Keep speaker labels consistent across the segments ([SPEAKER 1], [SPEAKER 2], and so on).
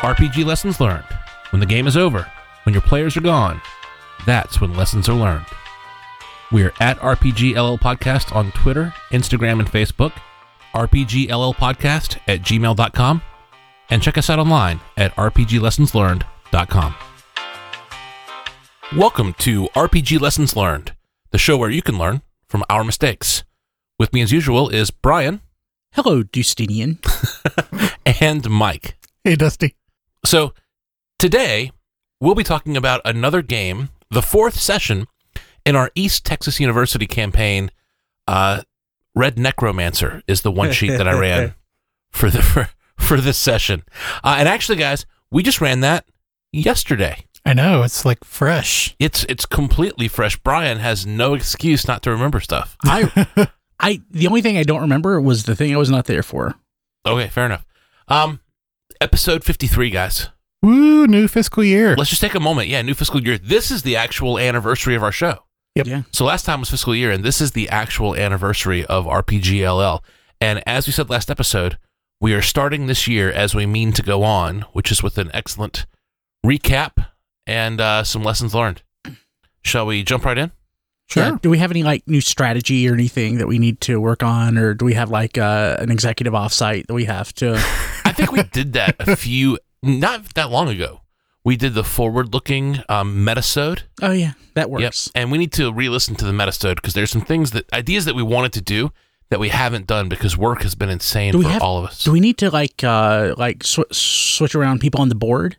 [SPEAKER 1] RPG lessons learned. When the game is over, when your players are gone, that's when lessons are learned. We're at RPGLL Podcast on Twitter, Instagram, and Facebook, RPGLLpodcast at gmail.com, and check us out online at RPGLessonsLearned.com. Welcome to RPG Lessons Learned, the show where you can learn from our mistakes. With me, as usual, is Brian
[SPEAKER 2] Hello, Dustinian.
[SPEAKER 1] and Mike.
[SPEAKER 3] Hey, Dusty.
[SPEAKER 1] So today we'll be talking about another game, the fourth session in our East Texas University campaign. Uh, Red Necromancer is the one sheet that I ran for the for, for this session. Uh, and actually, guys, we just ran that yesterday.
[SPEAKER 3] I know it's like fresh.
[SPEAKER 1] It's it's completely fresh. Brian has no excuse not to remember stuff.
[SPEAKER 2] I, I, the only thing I don't remember was the thing I was not there for.
[SPEAKER 1] Okay, fair enough. Um, episode fifty three, guys.
[SPEAKER 3] Woo! New fiscal year.
[SPEAKER 1] Let's just take a moment. Yeah, new fiscal year. This is the actual anniversary of our show.
[SPEAKER 3] Yep.
[SPEAKER 2] Yeah.
[SPEAKER 1] So last time was fiscal year, and this is the actual anniversary of RPGLL. And as we said last episode, we are starting this year as we mean to go on, which is with an excellent recap and uh, some lessons learned. Shall we jump right in?
[SPEAKER 2] Yeah. Do we have any like new strategy or anything that we need to work on, or do we have like uh, an executive offsite that we have to?
[SPEAKER 1] I think we did that a few not that long ago. We did the forward-looking um, metasode.
[SPEAKER 2] oh yeah, that works.
[SPEAKER 1] And we need to re-listen to the metasode because there's some things that ideas that we wanted to do that we haven't done because work has been insane
[SPEAKER 2] Do we
[SPEAKER 1] for
[SPEAKER 2] have-
[SPEAKER 1] all of us.
[SPEAKER 2] Do we need to like uh like sw- switch around people on the board?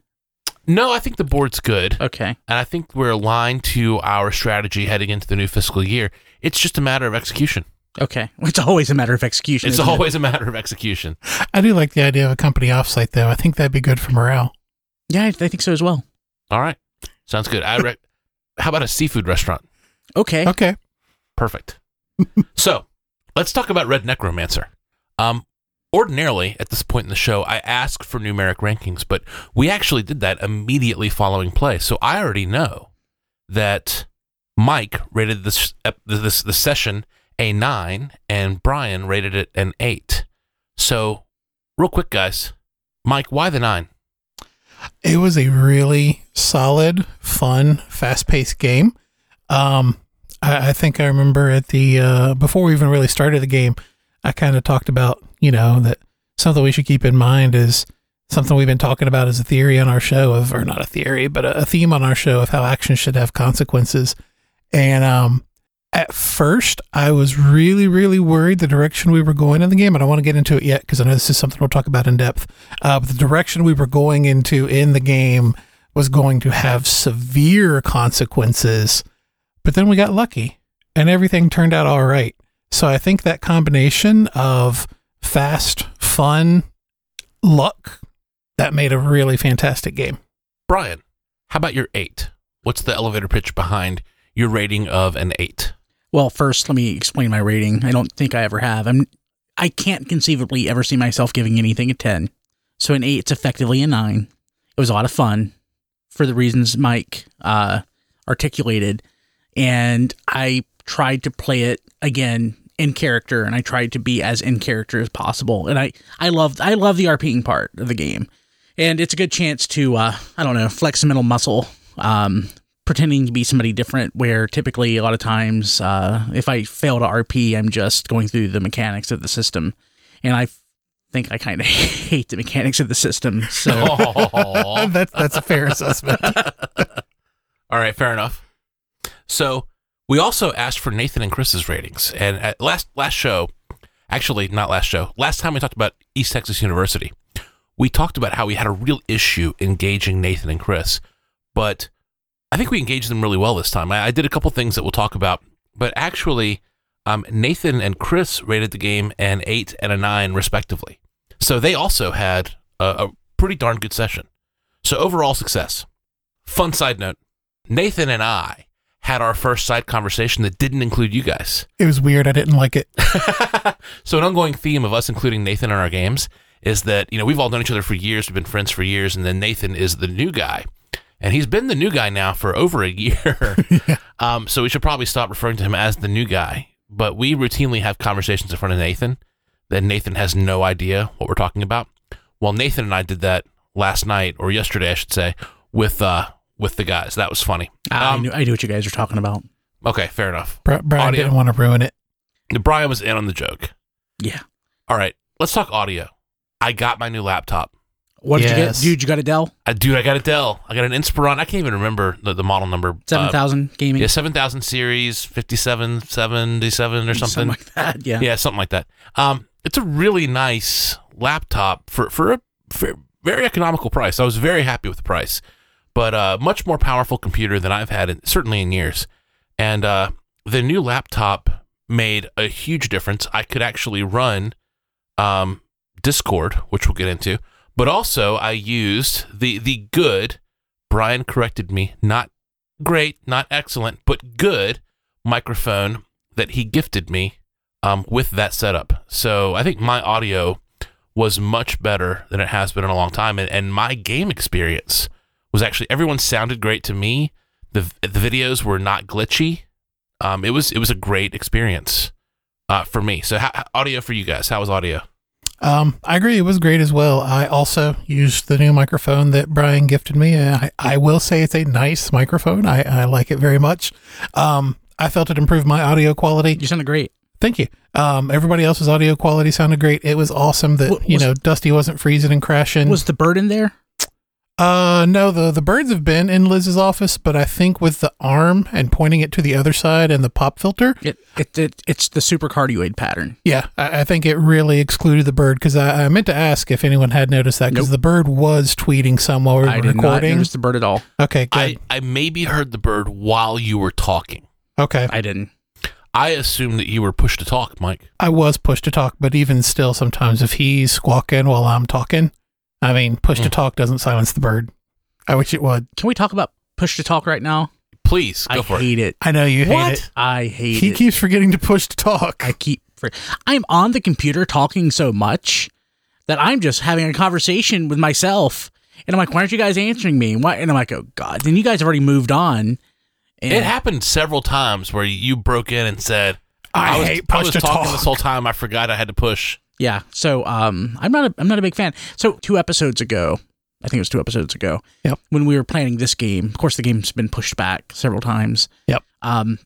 [SPEAKER 1] no, I think the board's good,
[SPEAKER 2] Okay.
[SPEAKER 1] and I think we're aligned to our strategy heading into the new fiscal year. It's just a matter of execution.
[SPEAKER 2] Okay. It's always a matter of execution.
[SPEAKER 1] It's
[SPEAKER 2] isn't it?
[SPEAKER 1] always a matter of execution.
[SPEAKER 3] I do like the idea of a company offsite, though. I think that'd be good for morale.
[SPEAKER 2] Yeah, I I think so as well.
[SPEAKER 1] All right, sounds good. I re- how about a seafood restaurant?
[SPEAKER 2] Okay.
[SPEAKER 3] Okay.
[SPEAKER 1] Perfect. so let's talk about Red Necromancer. Um, ordinarily, at this point in the show, I ask for numeric rankings, but we actually did that immediately following play. So I already know that Mike rated this ep- this the session a nine, and Brian rated it an eight. So, real quick, guys, Mike, why the nine?
[SPEAKER 3] It was a really solid, fun, fast-paced game. Um, I, I think I remember at the uh, before we even really started the game, I kind of talked about you know that something we should keep in mind is something we've been talking about as a theory on our show of or not a theory but a, a theme on our show of how action should have consequences and um at first i was really really worried the direction we were going in the game i don't want to get into it yet because i know this is something we'll talk about in depth uh, but the direction we were going into in the game was going to have severe consequences but then we got lucky and everything turned out all right so i think that combination of fast fun luck that made a really fantastic game
[SPEAKER 1] Brian, how about your eight? What's the elevator pitch behind your rating of an eight?
[SPEAKER 2] Well, first, let me explain my rating. I don't think I ever have. I'm I can't conceivably ever see myself giving anything a 10. So an 8 is effectively a 9. It was a lot of fun for the reasons Mike uh, articulated. And I tried to play it again in character and I tried to be as in character as possible. And I, I loved I love the RPing part of the game. And it's a good chance to uh, I don't know, flex a mental muscle. Um, pretending to be somebody different where typically a lot of times uh, if i fail to rp i'm just going through the mechanics of the system and i f- think i kind of hate the mechanics of the system so
[SPEAKER 1] Aw.
[SPEAKER 3] that's that's a fair assessment
[SPEAKER 1] All right, fair enough. So we also asked for Nathan and Chris's ratings, and at last last show, actually not last show, last time we talked about East Texas University, we talked about how we had a real issue engaging Nathan and Chris, but I think we engaged them really well this time. I, I did a couple things that we'll talk about, but actually, um, Nathan and Chris rated the game an eight and a nine respectively, so they also had a, a pretty darn good session. So overall success. Fun side note. Nathan and I had our first side conversation that didn't include you guys.
[SPEAKER 3] it was weird i didn't like it
[SPEAKER 1] so an ongoing theme of us including Nathan in our games is that, you know, we've all known each other for years, we've been friends for years, and then Nathan is the new guy. And he's been the new guy now for over a year. um, so we should probably stop referring to him as the new guy. But we routinely have conversations in front of Nathan that Nathan has no idea what we're talking about. Well, Nathan and I did that last night or yesterday, I should say, with uh with the guys. That was funny.
[SPEAKER 2] I,
[SPEAKER 1] Um,
[SPEAKER 2] knew, I knew what you guys were talking about.
[SPEAKER 1] Okay, fair enough.
[SPEAKER 3] Bri- Brian
[SPEAKER 1] Audio.
[SPEAKER 3] didn't want to ruin it.
[SPEAKER 1] Brian was in on the joke.
[SPEAKER 2] Yeah.
[SPEAKER 1] All right, let's talk audio. I got my new laptop.
[SPEAKER 2] What did
[SPEAKER 3] Yes.
[SPEAKER 2] you get, dude? You got a Dell
[SPEAKER 1] Uh, dude, I got a Dell. I got an Inspiron. I can't even remember the, the model number.
[SPEAKER 2] seven thousand
[SPEAKER 1] Uh,
[SPEAKER 2] gaming
[SPEAKER 1] yeah, seven thousand series, fifty-seven, seventy-seven, or something.
[SPEAKER 2] like that. Yeah.
[SPEAKER 1] yeah, something like that. Um, it's a really nice laptop for for a for very economical price. I was very happy with the price, but uh, much more powerful computer than I've had in, certainly in years. And uh, the new laptop made a huge difference. I could actually run um, Discord, which we'll get into, but also I used the the good. Brian corrected me, not great, not excellent, but good microphone that he gifted me um, with that setup. So I think my audio was much better than it has been in a long time, and, and my game experience was actually everyone sounded great to me. the The videos were not glitchy. Um, it was it was a great experience uh, for me. So how, how- audio for you guys? How was audio?
[SPEAKER 3] Um, I agree. It was great as well. I also used the new microphone that Brian gifted me. and I, I will say it's a nice microphone. I, I like it very much. Um, I felt it improved my audio quality.
[SPEAKER 2] You sounded great.
[SPEAKER 3] Thank you. Um, everybody else's audio quality sounded great. It was awesome that,
[SPEAKER 2] What
[SPEAKER 3] you
[SPEAKER 2] was-
[SPEAKER 3] know, Dusty wasn't freezing and crashing.
[SPEAKER 2] Was the bird in there?
[SPEAKER 3] Uh, no, the the birds have been in Liz's office, but I think with the arm and pointing it to the other side and the pop filter,
[SPEAKER 2] It, it, it it's the super cardioid pattern.
[SPEAKER 3] yeah, I, I think it really excluded the bird because I, I meant to ask if anyone had noticed that because
[SPEAKER 2] Nope.
[SPEAKER 3] the bird was tweeting some while we were
[SPEAKER 2] I did not
[SPEAKER 3] recording.
[SPEAKER 2] notice the bird at all.
[SPEAKER 3] okay, good.
[SPEAKER 1] I I maybe heard the bird while you were talking.
[SPEAKER 3] okay,
[SPEAKER 2] I didn't.
[SPEAKER 1] I assumed that you were pushed to talk, Mike.
[SPEAKER 3] I was pushed to talk, but even still, sometimes if he's squawking while I'm talking, I mean, push to
[SPEAKER 1] Mm.
[SPEAKER 3] talk doesn't silence the bird. I wish it would.
[SPEAKER 2] Can we talk about push to talk right now?
[SPEAKER 1] Please go
[SPEAKER 2] I
[SPEAKER 1] for it.
[SPEAKER 2] hate it.
[SPEAKER 3] I know you hate
[SPEAKER 1] What?
[SPEAKER 3] it.
[SPEAKER 2] I hate
[SPEAKER 3] He
[SPEAKER 2] it.
[SPEAKER 3] keeps forgetting to push to talk.
[SPEAKER 2] I keep. Fr- I'm on the computer talking so much that I'm just having a conversation with myself, and I'm like, "Why aren't you guys answering me?" And, why? and I'm like, "Oh God!" Then you guys have already moved on. And
[SPEAKER 1] It happened several times where you broke in and said,
[SPEAKER 3] I,
[SPEAKER 1] was,
[SPEAKER 3] hate
[SPEAKER 1] I
[SPEAKER 3] push
[SPEAKER 1] was
[SPEAKER 3] to
[SPEAKER 1] talking
[SPEAKER 3] talk.
[SPEAKER 1] this whole time. I forgot I had to push.
[SPEAKER 2] Yeah. So um, I'm not a, I'm not a big fan. So two episodes ago, I think it was two episodes ago.
[SPEAKER 3] Yep.
[SPEAKER 2] When we were planning this game, of course the game's been pushed back several times.
[SPEAKER 3] Yep.
[SPEAKER 2] Um,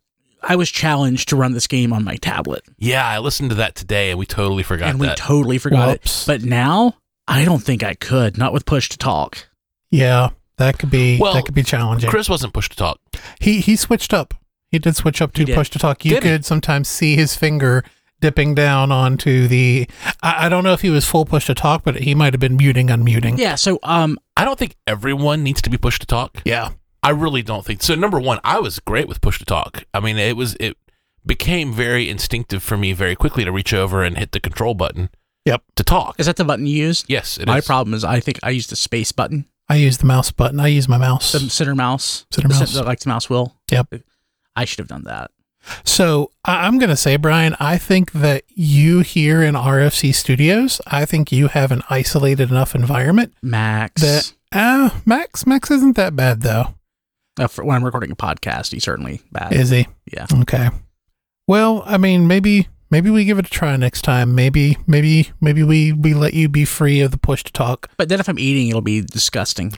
[SPEAKER 2] I was challenged to run this game on my tablet,
[SPEAKER 1] Yeah, I listened to that today, and we totally forgot
[SPEAKER 2] and we
[SPEAKER 1] that.
[SPEAKER 2] totally forgot
[SPEAKER 3] Whoops.
[SPEAKER 2] it. But now I don't think I could, not with push to talk.
[SPEAKER 3] Yeah, that could be
[SPEAKER 1] Well,
[SPEAKER 3] that could be challenging.
[SPEAKER 1] Chris wasn't pushed to talk.
[SPEAKER 3] He he switched up. He did switch up to
[SPEAKER 2] did.
[SPEAKER 3] push to talk. You
[SPEAKER 1] Did he?
[SPEAKER 3] could sometimes see his finger dipping down onto the. I, I don't know if he was full push to talk, but he might have been muting, unmuting.
[SPEAKER 2] Yeah. So um,
[SPEAKER 1] I don't think everyone needs to be pushed to talk.
[SPEAKER 3] Yeah.
[SPEAKER 1] I really don't think so. Number one, I was great with push to talk. I mean, it was it became very instinctive for me very quickly to reach over and hit the control button.
[SPEAKER 3] Yep.
[SPEAKER 1] To talk.
[SPEAKER 2] is that the button you used?
[SPEAKER 1] yes, it is.
[SPEAKER 2] my problem is I think I used the space button,
[SPEAKER 3] I use the mouse button. I use my mouse.
[SPEAKER 2] the center mouse,
[SPEAKER 3] Center
[SPEAKER 2] the,
[SPEAKER 3] mouse.
[SPEAKER 2] the, like the mouse wheel.
[SPEAKER 3] Yep.
[SPEAKER 2] I should have done that.
[SPEAKER 3] So I, I'm gonna say, Brian, I think that you here in RFC Studios, I think you have an isolated enough environment
[SPEAKER 2] Max.
[SPEAKER 3] that. Uh, Max, Max isn't that bad though,
[SPEAKER 2] Uh, for when I'm recording a podcast, he's certainly bad.
[SPEAKER 3] is he?
[SPEAKER 2] yeah.
[SPEAKER 3] Okay. Well, I mean, maybe maybe we give it a try next time. Maybe maybe maybe we we let you be free of the push to talk.
[SPEAKER 2] But then if I'm eating, it'll be disgusting.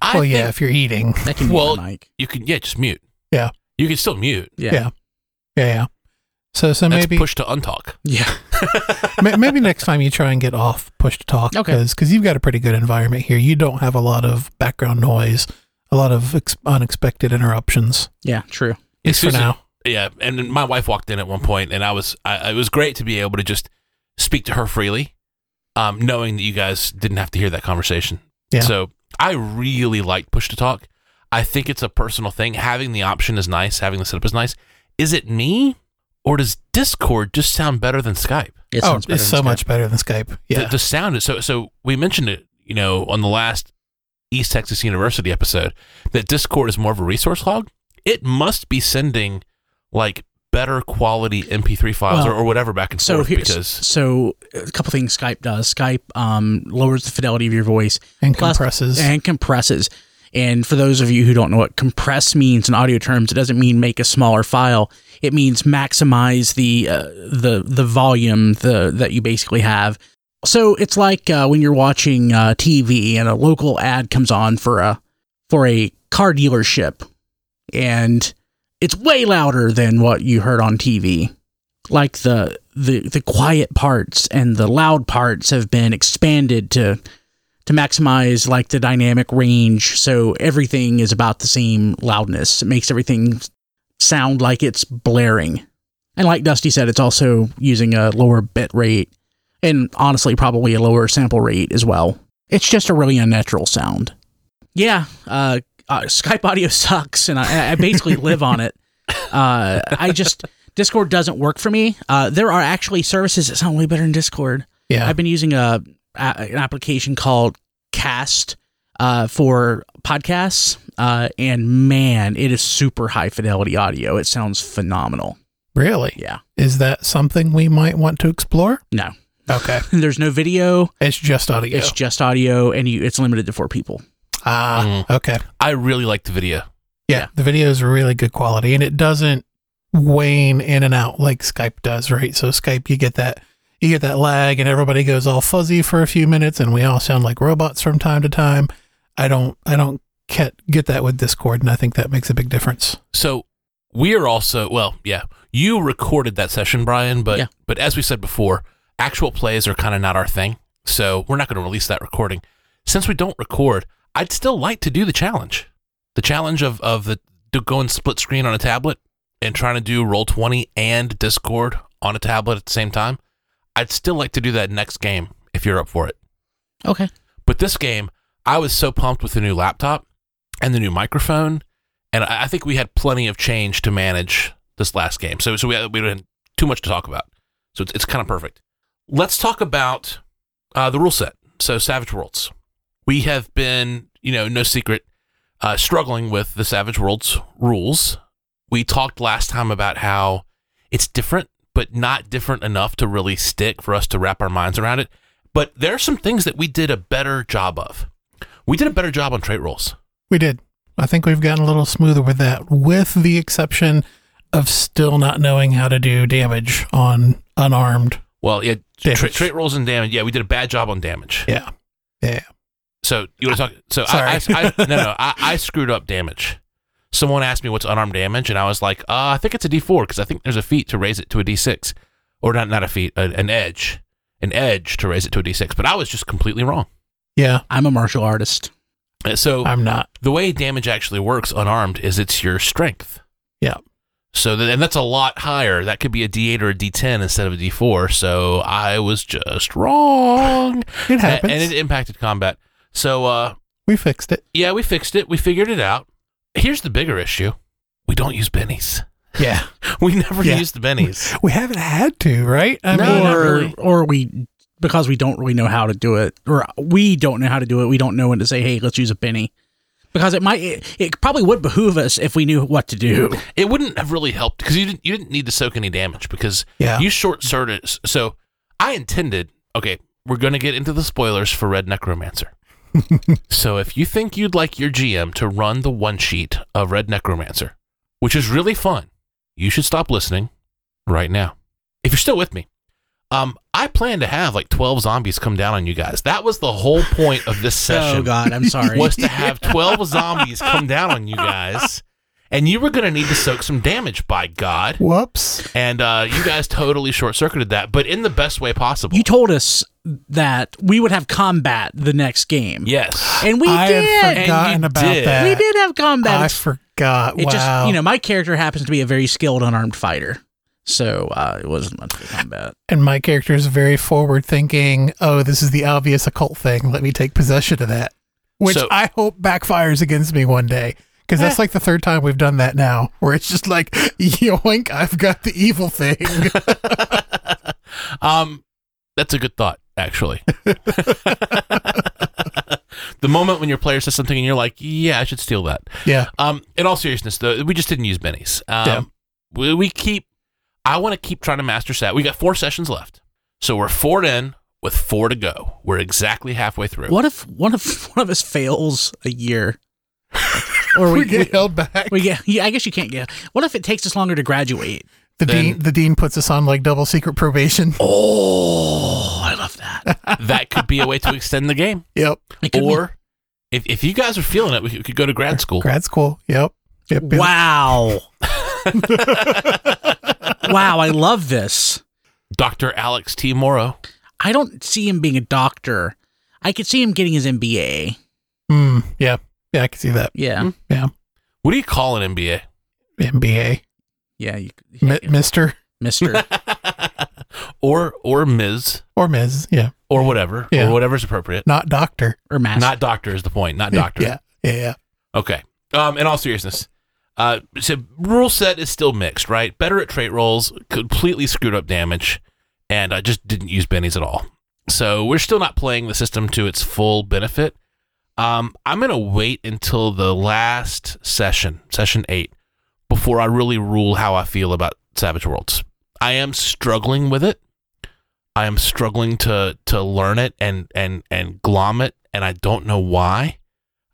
[SPEAKER 1] I
[SPEAKER 3] well,
[SPEAKER 1] think
[SPEAKER 3] yeah, if you're eating,
[SPEAKER 2] That can be
[SPEAKER 1] Well-
[SPEAKER 2] well, mic.
[SPEAKER 1] you can yeah, just mute.
[SPEAKER 3] Yeah.
[SPEAKER 1] You can still mute.
[SPEAKER 2] Yeah.
[SPEAKER 3] Yeah. yeah, yeah. So so
[SPEAKER 1] That's
[SPEAKER 3] maybe
[SPEAKER 1] push to untalk.
[SPEAKER 2] Yeah.
[SPEAKER 3] ma- maybe next time you try and get off push to talk
[SPEAKER 2] Okay.
[SPEAKER 3] because you've got a pretty good environment here. You don't have a lot of background noise, a lot of ex- unexpected interruptions.
[SPEAKER 2] Yeah. True.
[SPEAKER 3] At least for
[SPEAKER 1] Susan-
[SPEAKER 3] now.
[SPEAKER 1] Yeah, and then my wife walked in at one point, and I was I, it was great to be able to just speak to her freely, um, knowing that you guys didn't have to hear that conversation.
[SPEAKER 3] Yeah.
[SPEAKER 1] So I really like push to talk. I think it's a personal thing. Having the option is nice. Having the setup is nice. Is it me, or does Discord just sound better than Skype?
[SPEAKER 2] It
[SPEAKER 3] oh,
[SPEAKER 2] sounds better
[SPEAKER 3] it's
[SPEAKER 2] than
[SPEAKER 3] so
[SPEAKER 2] Skype.
[SPEAKER 3] much better than Skype.
[SPEAKER 1] The-
[SPEAKER 3] Yeah,
[SPEAKER 1] The, sound is so. So we mentioned it, you know, on the last East Texas University episode that Discord is more of a resource log. It must be sending like better quality MP3 files or,
[SPEAKER 2] Well,
[SPEAKER 1] or whatever back and
[SPEAKER 2] So
[SPEAKER 1] forth
[SPEAKER 2] here's
[SPEAKER 1] because
[SPEAKER 2] so a couple things Skype does. Skype um, lowers the fidelity of your voice
[SPEAKER 3] and
[SPEAKER 2] plus-
[SPEAKER 3] compresses.
[SPEAKER 2] and compresses. And for those of you who don't know what compress means in audio terms, it doesn't mean make a smaller file. It means maximize the uh, the the volume the that you basically have So it's like uh, when you're watching uh, TV and a local ad comes on for a for a car dealership, and it's way louder than what you heard on TV. Like the the the quiet parts and the loud parts have been expanded to to maximize like the dynamic range, so everything is about the same loudness. It makes everything sound like it's blaring. And like Dusty said, it's also using a lower bit rate and honestly probably a lower sample rate as well. It's just a really unnatural sound. Yeah, uh, uh, Skype audio sucks, and I, I basically live on it. Uh, I just Discord doesn't work for me. Uh, there are actually services that sound way better than Discord.
[SPEAKER 3] Yeah.
[SPEAKER 2] I've been using a, a an application called Cast uh, for podcasts, uh, and man, it is super high fidelity audio. It sounds phenomenal.
[SPEAKER 3] really?
[SPEAKER 2] Yeah,
[SPEAKER 3] Is that something we might want to explore?
[SPEAKER 2] no,
[SPEAKER 3] Okay.
[SPEAKER 2] there's no video.
[SPEAKER 3] It's just audio.
[SPEAKER 2] It's just audio, and you, it's limited to four people.
[SPEAKER 3] ah, okay.
[SPEAKER 1] I really like the video.
[SPEAKER 3] Yeah,
[SPEAKER 2] Yeah.
[SPEAKER 3] The video is really good quality and it doesn't wane in and out like Skype does, right? So Skype you get that you get that lag and everybody goes all fuzzy for a few minutes and we all sound like robots from time to time. I don't I don't get get that with Discord and I think that makes a big difference.
[SPEAKER 1] So we are also well, yeah. You recorded that session, Brian, but
[SPEAKER 2] Yeah.
[SPEAKER 1] but as we said before, actual plays are kind of not our thing. So we're not going to release that recording. Since we don't record, I'd still like to do the challenge. The challenge of of the to go and split screen on a tablet and trying to do roll 20 and Discord on a tablet at the same time. I'd still like to do that next game if you're up for it.
[SPEAKER 2] Okay.
[SPEAKER 1] But this game, I was so pumped with the new laptop and the new microphone, and I I think we had plenty of change to manage this last game. So, so we we had too much to talk about. So it's, it's kind of perfect. Let's talk about uh, the rule set. So Savage Worlds, we have been, you know, no secret, uh, struggling with the Savage Worlds rules. We talked last time about how it's different, but not different enough to really stick for us to wrap our minds around it. But there are some things that we did a better job of. We did a better job on trait rolls.
[SPEAKER 3] We did. I think we've gotten a little smoother with that, with the exception of still not knowing how to do damage on unarmed.
[SPEAKER 1] Well, yeah, tra-
[SPEAKER 3] Damage.
[SPEAKER 1] trait rolls and damage. Yeah, we did a bad job on damage.
[SPEAKER 3] Yeah. Yeah.
[SPEAKER 1] So you want to talk? So I,
[SPEAKER 3] Sorry.
[SPEAKER 1] I, I no no I, I screwed up damage. Someone asked me what's unarmed damage, and I was like, uh, I think it's a D4 because I think there's a feat to raise it to a D6, or not not a feat, a, an edge, an edge to raise it to a D6. But I was just completely wrong.
[SPEAKER 3] Yeah.
[SPEAKER 2] I'm a martial artist.
[SPEAKER 1] Uh, So
[SPEAKER 3] I'm not.
[SPEAKER 1] the way damage actually works unarmed is it's your strength.
[SPEAKER 3] Yeah.
[SPEAKER 1] So that, and that's a lot higher. That could be a D8 or a D10 instead of a D4. So I was just wrong,
[SPEAKER 3] It
[SPEAKER 1] A-
[SPEAKER 3] happens.
[SPEAKER 1] and it impacted combat. So uh,
[SPEAKER 3] we fixed it.
[SPEAKER 1] yeah, we fixed it. We figured it out. Here's the bigger issue. We don't use bennies.
[SPEAKER 3] Yeah.
[SPEAKER 1] We never
[SPEAKER 3] Yeah.
[SPEAKER 1] use the bennies.
[SPEAKER 3] We haven't had to, right? I
[SPEAKER 1] No,
[SPEAKER 3] mean,
[SPEAKER 1] not
[SPEAKER 2] or,
[SPEAKER 1] really.
[SPEAKER 2] or we because we don't really know how to do it, or we don't know how to do it. We don't know when to say, "Hey, let's use a penny," because it might it, it probably would behoove us if we knew what to do.
[SPEAKER 1] It wouldn't have really helped because you didn't you didn't need to soak any damage because
[SPEAKER 3] Yeah.
[SPEAKER 1] you short circuit. So I intended. Okay, we're going to get into the spoilers for Red Necromancer. so if you think you'd like your GM to run the one sheet of Red Necromancer, which is really fun, you should stop listening right now. If you're still with me, um, I plan to have like 12 zombies come down on you guys. That was the whole point of this session.
[SPEAKER 2] Oh God, I'm sorry.
[SPEAKER 1] was to have 12 zombies come down on you guys, and you were going to need to soak some damage, by God.
[SPEAKER 3] Whoops.
[SPEAKER 1] And uh, you guys totally short circuited that, but in the best way possible.
[SPEAKER 2] you told us that we would have combat the next game,
[SPEAKER 1] yes.
[SPEAKER 2] and we
[SPEAKER 3] I had
[SPEAKER 2] did.
[SPEAKER 1] And
[SPEAKER 3] forgotten
[SPEAKER 1] you
[SPEAKER 3] about
[SPEAKER 1] did.
[SPEAKER 3] that.
[SPEAKER 2] We did have combat.
[SPEAKER 3] I
[SPEAKER 2] It's-
[SPEAKER 3] forgot.
[SPEAKER 2] it
[SPEAKER 3] wow.
[SPEAKER 2] just you know my character happens to be a very skilled unarmed fighter, so uh, it wasn't much for combat.
[SPEAKER 3] and my character is very forward thinking. Oh, this is the obvious occult thing. Let me take possession of that. Which
[SPEAKER 1] So- Eh.
[SPEAKER 3] I hope backfires against me one day. Because that's like the third time we've done that now, where it's just like, yoink, I've got the evil thing.
[SPEAKER 1] Um, that's a good thought, actually. the moment when your player says something and you're like, yeah, I should steal that.
[SPEAKER 3] yeah.
[SPEAKER 1] Um, in all seriousness, though, we just didn't use bennies. Um,
[SPEAKER 3] Yeah.
[SPEAKER 1] we, we keep. I want to keep trying to master stat. We got four sessions left, so we're four in with four to go. We're exactly halfway through.
[SPEAKER 2] What if one of one of us fails a year, or
[SPEAKER 3] We,
[SPEAKER 2] we,
[SPEAKER 3] get held back.
[SPEAKER 2] We get, yeah, I guess you can't get. What if it takes us longer to graduate?
[SPEAKER 3] The
[SPEAKER 1] Then-
[SPEAKER 3] dean, the dean puts us on like double secret probation.
[SPEAKER 2] Oh, I love that.
[SPEAKER 1] that could be a way to extend the game.
[SPEAKER 3] Yep,
[SPEAKER 2] It could be-
[SPEAKER 1] or if, if you guys are feeling it, we could, could go to grad school.
[SPEAKER 3] grad school. Yep. yep yep.
[SPEAKER 2] wow, wow, I love this.
[SPEAKER 1] Dr. Alex T. Morrow.
[SPEAKER 2] I don't see him being a doctor. I could see him getting his MBA.
[SPEAKER 3] Mm, yeah, yeah, I can see that.
[SPEAKER 2] Yeah,
[SPEAKER 1] What do you call an MBA?
[SPEAKER 3] MBA,
[SPEAKER 2] yeah, you,
[SPEAKER 3] Mi- Mister
[SPEAKER 2] Mister.
[SPEAKER 1] or or Ms.
[SPEAKER 3] or Ms. Yeah,
[SPEAKER 1] or whatever
[SPEAKER 3] Yeah.
[SPEAKER 1] or whatever's appropriate.
[SPEAKER 3] not doctor.
[SPEAKER 2] or master.
[SPEAKER 1] Not doctor is the point. Not doctor.
[SPEAKER 3] Yeah, yeah, yeah.
[SPEAKER 1] Okay. Um, in all seriousness, uh, so rule set is still mixed, right? Better at trait rolls, completely screwed up damage, and I just didn't use bennies at all. So we're still not playing the system to its full benefit. Um, I'm gonna wait until the last session, session eight, before I really rule how I feel about Savage Worlds. I am struggling with it. I am struggling to to learn it and and and glom it, and I don't know why.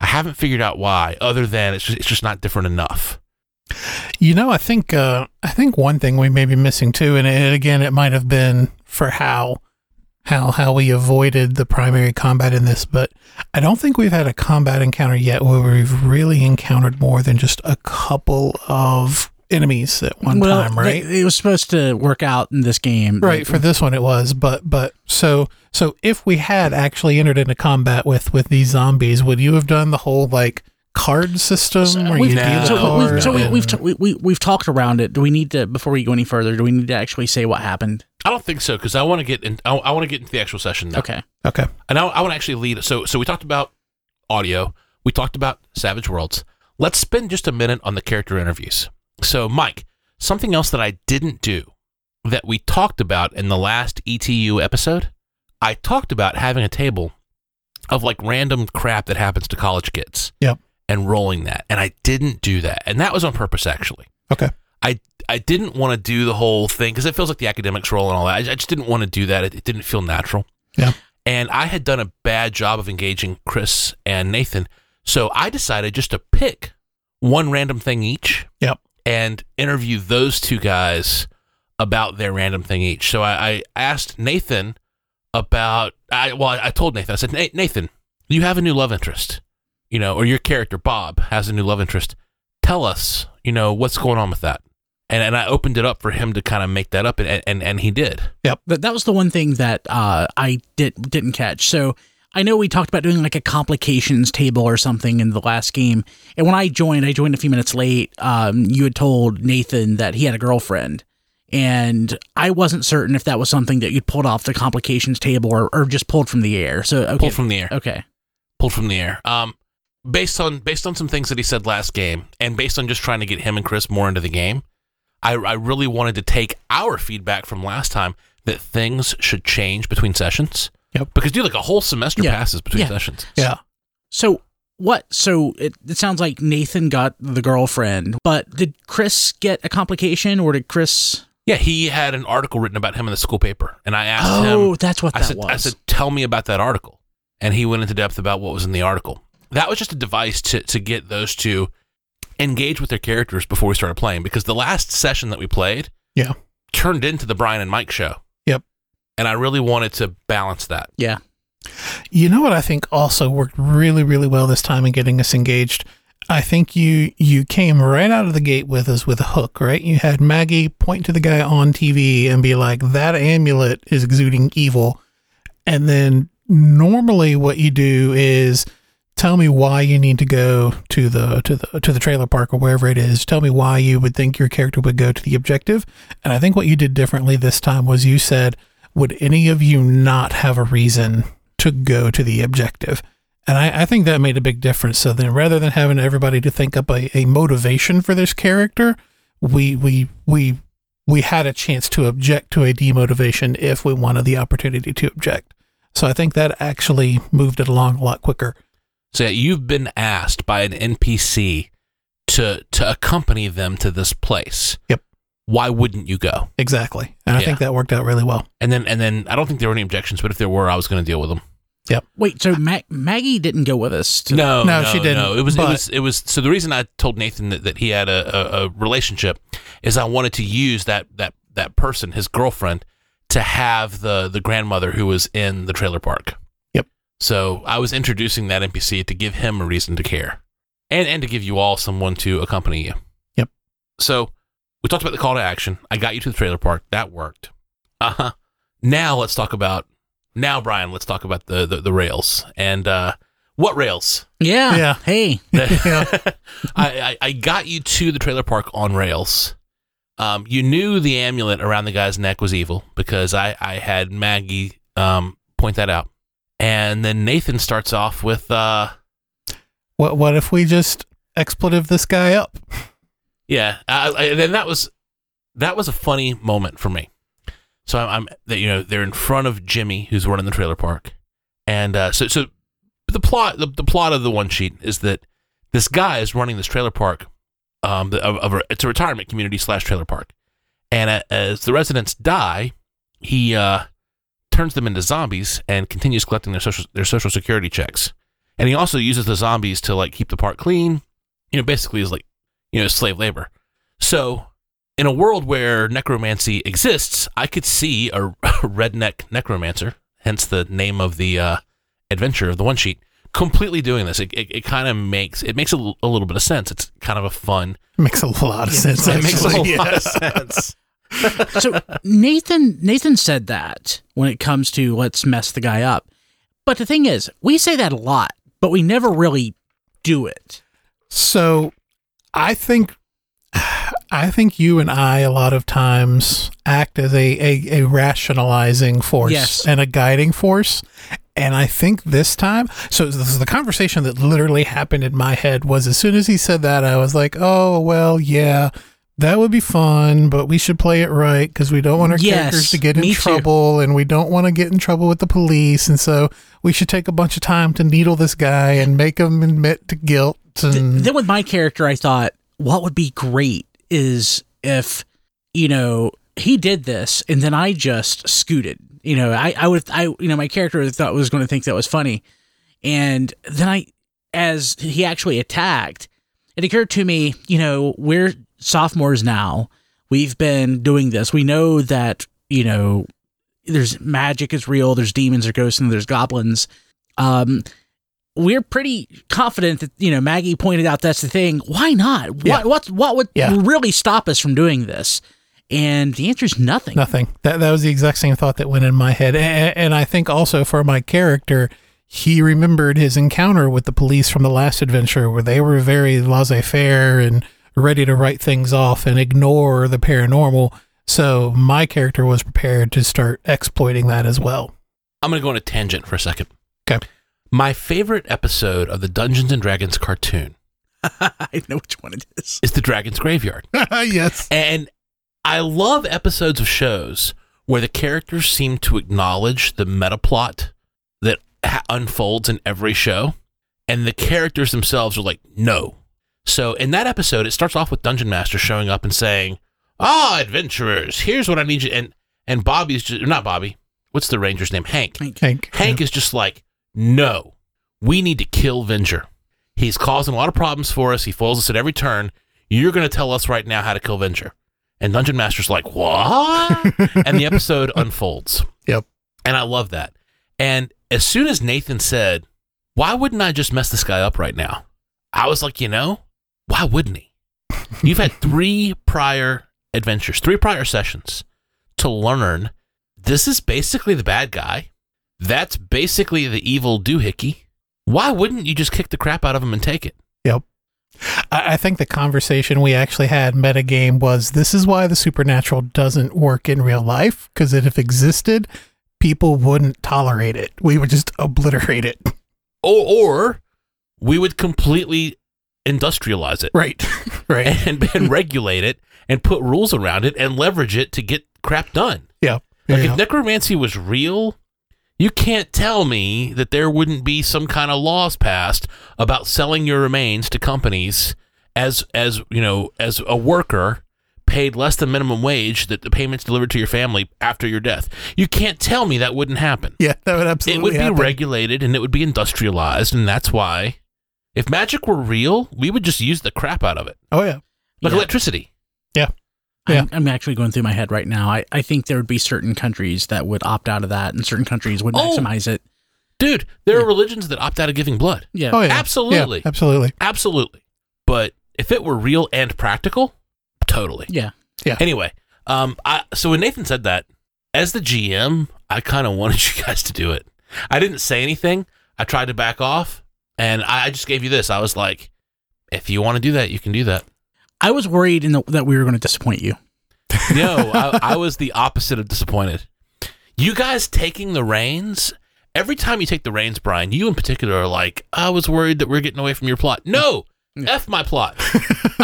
[SPEAKER 1] I haven't figured out why, other than it's just, it's just not different enough.
[SPEAKER 3] You know, I think uh, I think one thing we may be missing too, and it, again, it might have been for how how how we avoided the primary combat in this, but I don't think we've had a combat encounter yet where we've really encountered more than just a couple of enemies at one
[SPEAKER 2] well,
[SPEAKER 3] time, right?
[SPEAKER 2] they- it was supposed to work out in this game,
[SPEAKER 3] right for this one it was, but but so so if we had actually entered into combat with with these zombies, would you have done the whole like card system where
[SPEAKER 2] we've,
[SPEAKER 3] you
[SPEAKER 1] No.
[SPEAKER 3] deal a
[SPEAKER 2] so
[SPEAKER 3] card?
[SPEAKER 2] we've, so we,
[SPEAKER 3] and-
[SPEAKER 2] we've, t- we, we, we've talked around it. Do we need to, before we go any further, do we need to actually say what happened?
[SPEAKER 1] I don't think so because I want to get in. I, want to get into the actual session now,
[SPEAKER 2] Okay.
[SPEAKER 3] okay,
[SPEAKER 1] and I, I want to actually lead. So, so we talked about audio. We talked about Savage Worlds. Let's spend just a minute on the character interviews. So, Mike, something else that I didn't do that we talked about in the last ETU episode, I talked about having a table of like random crap that happens to college kids.
[SPEAKER 3] Yep.
[SPEAKER 1] And rolling that, and I didn't do that, and that was on purpose actually.
[SPEAKER 3] okay.
[SPEAKER 1] I I didn't want to do the whole thing because it feels like the academics role and all that. I, I just didn't want to do that. It, it didn't feel natural.
[SPEAKER 3] Yeah.
[SPEAKER 1] And I had done a bad job of engaging Chris and Nathan, so I decided just to pick one random thing each
[SPEAKER 3] Yep.
[SPEAKER 1] and interview those two guys about their random thing each. So I, I asked Nathan about I well I told Nathan I said "Na- Nathan you have a new love interest you know or your character Bob has a new love interest tell us you know what's going on with that and and I opened it up for him to kind of make that up and and and he did
[SPEAKER 2] That, that was the one thing that uh, I did, didn't catch. So I know we talked about doing like a complications table or something in the last game. And when I joined, I joined a few minutes late. Um, you had told Nathan that he had a girlfriend. And I wasn't certain if that was something that you'd pulled off the complications table or, or just pulled from the air. So, okay.
[SPEAKER 1] pulled from the air
[SPEAKER 2] okay.
[SPEAKER 1] pulled from the air um based on based on some things that he said last game and based on just trying to get him and Chris more into the game I I really wanted to take our feedback from last time that things should change between sessions
[SPEAKER 3] Yep.
[SPEAKER 1] because dude like a whole semester
[SPEAKER 2] Yeah.
[SPEAKER 1] passes between
[SPEAKER 2] Yeah.
[SPEAKER 1] sessions
[SPEAKER 3] Yeah.
[SPEAKER 2] So what? So it, it sounds like Nathan got the girlfriend, but did Chris get a complication, or did Chris?
[SPEAKER 1] Yeah, he had an article written about him in the school paper, and I asked
[SPEAKER 2] oh,
[SPEAKER 1] him.
[SPEAKER 2] that's what
[SPEAKER 1] I
[SPEAKER 2] that
[SPEAKER 1] said,
[SPEAKER 2] was.
[SPEAKER 1] I said, tell me about that article, and he went into depth about what was in the article. That was just a device to to get those two engage with their characters before we started playing, because the last session that we played,
[SPEAKER 3] Yeah.
[SPEAKER 1] turned into the Brian and Mike show.
[SPEAKER 3] Yep.
[SPEAKER 1] and I really wanted to balance that.
[SPEAKER 2] yeah,
[SPEAKER 3] You know what I think also worked really, really well this time in getting us engaged. I think you you came right out of the gate with us with a hook, right? You had Maggie point to the guy on TV and be like, "That amulet is exuding evil," and then normally what you do is tell me why you need to go to the to the to the trailer park or wherever it is. Tell me why you would think your character would go to the objective. And I think what you did differently this time was you said, "Would any of you not have a reason to go to the objective?" And I, I think that made a big difference. So then, rather than having everybody to think up a, a motivation for this character, we we we we had a chance to object to a demotivation if we wanted the opportunity to object. So I think that actually moved it along a lot quicker.
[SPEAKER 1] So yeah, you've been asked by an NPC to to accompany them to this place.
[SPEAKER 3] Yep.
[SPEAKER 1] Why wouldn't you go?
[SPEAKER 3] Exactly. And I
[SPEAKER 1] Yeah.
[SPEAKER 3] think that worked out really well.
[SPEAKER 1] And then and then I don't think there were any objections, but if there were, I was going to deal with them.
[SPEAKER 2] wait. So Mag- Maggie didn't go with us. To,
[SPEAKER 1] No,
[SPEAKER 3] No, she didn't,
[SPEAKER 1] No, it was it
[SPEAKER 3] but-
[SPEAKER 1] was it was. So the reason I told Nathan that, that he had a, a, a relationship is I wanted to use that that that person, his girlfriend, to have the the grandmother who was in the trailer park.
[SPEAKER 3] Yep.
[SPEAKER 1] So I was introducing that NPC to give him a reason to care, and and to give you all someone to accompany you.
[SPEAKER 3] Yep.
[SPEAKER 1] So we talked about the call to action. I got you to the trailer park. That worked. Uh huh. Now let's talk about now, Brian. Let's talk about the the, the rails and uh, what rails.
[SPEAKER 2] Yeah.
[SPEAKER 3] Yeah.
[SPEAKER 2] Hey.
[SPEAKER 3] Yeah.
[SPEAKER 1] I, I, I got you to the trailer park on rails. Um, you knew the amulet around the guy's neck was evil because I, I had Maggie um, point that out. And then Nathan starts off with uh,
[SPEAKER 3] What what if we just expletive this guy up?
[SPEAKER 1] Yeah, I, I, and then that was that was a funny moment for me. So I'm, I'm that you know they're in front of Jimmy who's running the trailer park, and uh, so so the plot the, the plot of the one sheet is that this guy is running this trailer park, um, the, of, of a, it's a retirement community slash trailer park, and uh, as the residents die, he uh, turns them into zombies and continues collecting their social their social security checks, and he also uses the zombies to like keep the park clean, you know basically is like you know, slave labor. So, in a world where necromancy exists, I could see a, redneck necromancer, hence the name of the uh, adventure of the one sheet, completely doing this. It, it, it kind of makes it makes a l- a little bit of sense. It's kind of a fun.
[SPEAKER 3] Makes a lot of sense.
[SPEAKER 1] It makes a
[SPEAKER 3] actually.
[SPEAKER 1] lot of
[SPEAKER 3] Yes.
[SPEAKER 1] sense.
[SPEAKER 2] So Nathan Nathan said that when it comes to let's mess the guy up. But the thing is, we say that a lot, but we never really do it.
[SPEAKER 3] So I think I think you and I a lot of times act as a, a, a rationalizing force
[SPEAKER 2] Yes.
[SPEAKER 3] and a guiding force. And I think this time so this is the conversation that literally happened in my head was as soon as he said that I was like, Oh well yeah, that would be fun, but we should play it right because we don't want our
[SPEAKER 2] Yes,
[SPEAKER 3] characters to get in
[SPEAKER 2] me too.
[SPEAKER 3] trouble and we don't want to get in trouble with the police and so we should take a bunch of time to needle this guy and make him admit to guilt and
[SPEAKER 2] Then with my character, I thought what would be great is if you know he did this and then I just scooted. You know, I I would I you know my character thought was going to think that was funny, and then I as he actually attacked, it occurred to me, you know, we're sophomores now. We've been doing this. We know that you know there's magic is real. There's demons, or ghosts, and there's goblins. Um, we're pretty confident that you know Maggie pointed out that's the thing. Why not? What
[SPEAKER 3] Yeah.
[SPEAKER 2] what what would
[SPEAKER 3] Yeah.
[SPEAKER 2] really stop us from doing this? And the answer is nothing.
[SPEAKER 3] Nothing. That that was the exact same thought that went in my head, and, and I think also for my character, he remembered his encounter with the police from the last adventure, where they were very laissez-faire and ready to write things off and ignore the paranormal. So my character was prepared to start exploiting that as well.
[SPEAKER 1] I'm going to go on a tangent for a second.
[SPEAKER 3] Okay.
[SPEAKER 1] My favorite episode of the Dungeons and Dragons cartoon
[SPEAKER 2] I know which one it is.
[SPEAKER 1] is the Dragon's Graveyard.
[SPEAKER 3] yes.
[SPEAKER 1] And I love episodes of shows where the characters seem to acknowledge the meta plot that ha- unfolds in every show, and the characters themselves are like, no. So in that episode, it starts off with Dungeon Master showing up and saying, "Ah, adventurers, here's what I need you." And and Bobby's just not Bobby. What's the ranger's name? Hank.
[SPEAKER 3] Hank.
[SPEAKER 1] Hank is just like, no, we need to kill Venger. He's causing a lot of problems for us. He foils us at every turn. You're going to tell us right now how to kill Venger. And Dungeon Master's like, what? and the episode unfolds.
[SPEAKER 3] Yep.
[SPEAKER 1] And I love that. And as soon as Nathan said, why wouldn't I just mess this guy up right now? I was like, you know, why wouldn't he? You've had three prior adventures, three prior sessions to learn this is basically the bad guy. That's basically the evil doohickey. Why wouldn't you just kick the crap out of him and take it?
[SPEAKER 3] I, I think the conversation we actually had metagame was this is why the supernatural doesn't work in real life because if existed, people wouldn't tolerate it. We would just obliterate it.
[SPEAKER 1] Or, or we would completely industrialize it
[SPEAKER 3] Right. right.
[SPEAKER 1] and, and regulate it and put rules around it and leverage it to get crap done.
[SPEAKER 3] Yeah.
[SPEAKER 1] Like
[SPEAKER 3] yeah.
[SPEAKER 1] if necromancy was real, you can't tell me that there wouldn't be some kind of laws passed about selling your remains to companies as as you know as a worker paid less than minimum wage that the payments delivered to your family after your death. You can't tell me that wouldn't happen.
[SPEAKER 3] Yeah, that would absolutely
[SPEAKER 1] it would be
[SPEAKER 3] happen.
[SPEAKER 1] regulated and it would be industrialized and that's why if magic were real, we would just use the crap out of it.
[SPEAKER 3] Oh yeah.
[SPEAKER 1] Like
[SPEAKER 2] Yeah.
[SPEAKER 1] electricity.
[SPEAKER 3] Yeah. Yeah.
[SPEAKER 2] I'm, I'm actually going through my head right now. I, I think there would be certain countries that would opt out of that, and certain countries would
[SPEAKER 1] Oh.
[SPEAKER 2] maximize it.
[SPEAKER 1] Dude, there are religions that opt out of giving blood.
[SPEAKER 2] Yeah.
[SPEAKER 3] Oh yeah,
[SPEAKER 1] Absolutely.
[SPEAKER 3] yeah, absolutely.
[SPEAKER 1] Absolutely. But if it were real and practical, totally.
[SPEAKER 2] Yeah.
[SPEAKER 1] Anyway, um, I, so when Nathan said that, as the GM, I kind of wanted you guys to do it. I didn't say anything. I tried to back off, and I, I just gave you this. I was like, if you want to do that, you can do that.
[SPEAKER 2] I was worried in the, that we were going to disappoint you.
[SPEAKER 1] No, I, I was the opposite of disappointed. You guys taking the reins. Every time you take the reins, Brian, you in particular are like, I was worried that we're getting away from your plot. No, F my plot.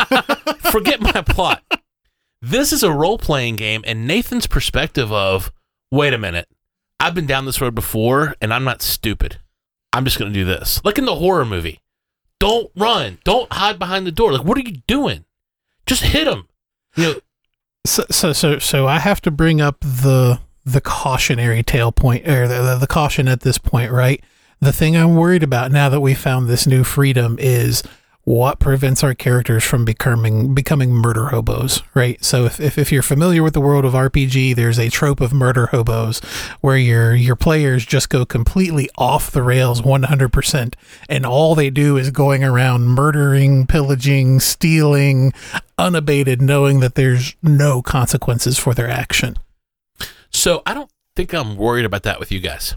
[SPEAKER 1] Forget my plot. This is a role playing game, and Nathan's perspective of, wait a minute, I've been down this road before, and I'm not stupid. I'm just going to do this. Like in the horror movie, don't run, don't hide behind the door. Like, what are you doing? Just hit him. You know,
[SPEAKER 3] So, so so so I have to bring up the the cautionary tale point or the, the, the caution at this point, right? The thing I'm worried about now that we found this new freedom is what prevents our characters from becoming becoming murder hobos, right? So if, if, if you're familiar with the world of RPG, there's a trope of murder hobos where your your players just go completely off the rails 100% and all they do is going around murdering, pillaging, stealing unabated knowing that there's no consequences for their action.
[SPEAKER 1] So I don't think I'm worried about that with you guys.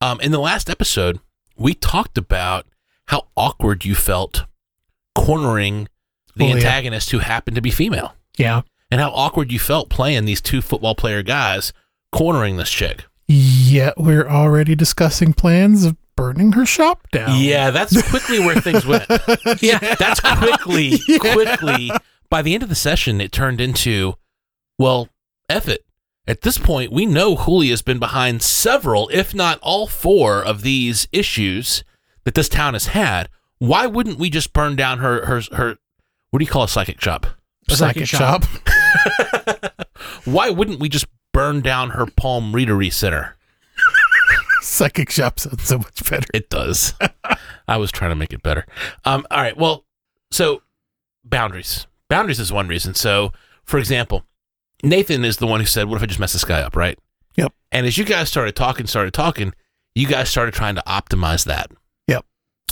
[SPEAKER 1] Um, in the last episode, we talked about how awkward you felt cornering the
[SPEAKER 3] Oh, yeah.
[SPEAKER 1] antagonist who happened to be female,
[SPEAKER 3] Yeah.
[SPEAKER 1] and how awkward you felt playing these two football player guys cornering this chick.
[SPEAKER 3] Yet we're already discussing plans of burning her shop down.
[SPEAKER 1] Yeah, that's quickly where things went. yeah, that's quickly, quickly. By the end of the session, it turned into, well, F it. At this point, we know Julia's been behind several, if not all four, of these issues that this town has had. Why wouldn't we just burn down her her her? What do you call a psychic shop?
[SPEAKER 3] Psychic shop.
[SPEAKER 1] Why wouldn't we just burn down her palm readery center?
[SPEAKER 3] Psychic shop sounds so much better.
[SPEAKER 1] It does. I was trying to make it better. Um, all right. Well, so boundaries. Boundaries is one reason. So, for example, Nathan is the one who said, "What if I just mess this guy up?" Right.
[SPEAKER 3] Yep.
[SPEAKER 1] And as you guys started talking, started talking, you guys started trying to optimize that.
[SPEAKER 3] Yep.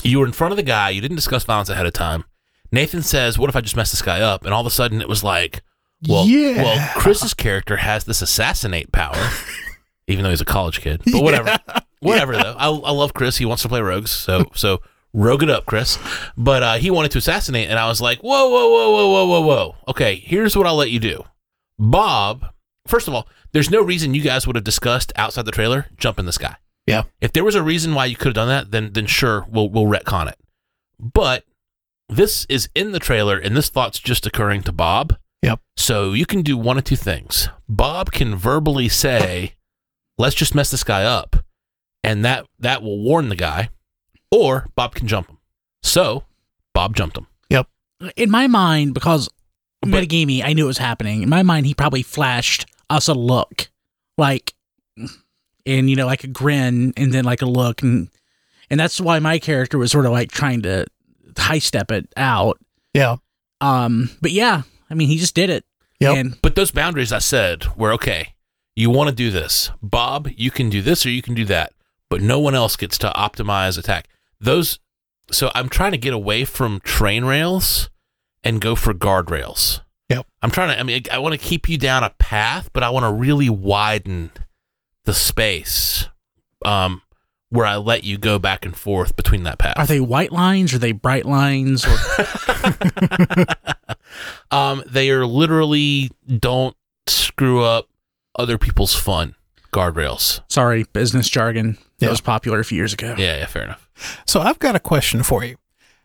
[SPEAKER 1] You were in front of the guy. You didn't discuss violence ahead of time. Nathan says, "What if I just mess this guy up?" And all of a sudden, it was like, "Well,
[SPEAKER 3] Yeah.
[SPEAKER 1] well, Chris's character has this assassinate power, even though he's a college kid. But whatever." whatever though. I, I love Chris. He wants to play rogues, so so rogue it up, Chris. But uh, he wanted to assassinate, and I was like, whoa, whoa, whoa, whoa, whoa, whoa, whoa. Okay, here's what I'll let you do, Bob. First of all, there's no reason you guys would have discussed outside the trailer jumping this guy.
[SPEAKER 3] Yeah.
[SPEAKER 1] If there was a reason why you could have done that, then then sure, we'll we'll retcon it. But this is in the trailer, and this thought's just occurring to Bob.
[SPEAKER 3] Yep.
[SPEAKER 1] So you can do one of two things. Bob can verbally say, "Let's just mess this guy up," and that that will warn the guy, or Bob can jump him. So Bob jumped him.
[SPEAKER 2] In my mind, because
[SPEAKER 1] But-
[SPEAKER 2] metagamey, I knew it was happening. In my mind, he probably flashed us a look, like, and you know, like a grin, and then like a look, and and that's why my character was sort of like trying to high step it out.
[SPEAKER 3] yeah.
[SPEAKER 2] Um, but yeah, I mean, he just did it.
[SPEAKER 3] Yep.
[SPEAKER 2] And
[SPEAKER 1] But those boundaries I said were okay. You want to do this, Bob? You can do this or you can do that, but no one else gets to optimize attack. Those. So I'm trying to get away from train rails and go for guardrails.
[SPEAKER 3] Yep.
[SPEAKER 1] I'm trying to. I mean, I want to keep you down a path, but I want to really widen the space um, where I let you go back and forth between that path.
[SPEAKER 2] are they white lines? Are they bright lines? Or,
[SPEAKER 1] Um, they are literally don't screw up other people's fun guardrails.
[SPEAKER 2] sorry, business jargon that
[SPEAKER 3] Yeah.
[SPEAKER 2] was popular a few years ago.
[SPEAKER 1] Yeah, yeah, fair enough.
[SPEAKER 3] So I've got a question for you.